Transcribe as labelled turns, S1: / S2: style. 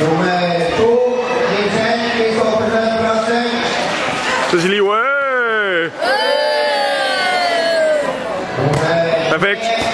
S1: Nummer 2, Jens det står på førstepladsen.
S2: Så siger lige, "Uæh!"
S1: Nummer
S2: Perfekt.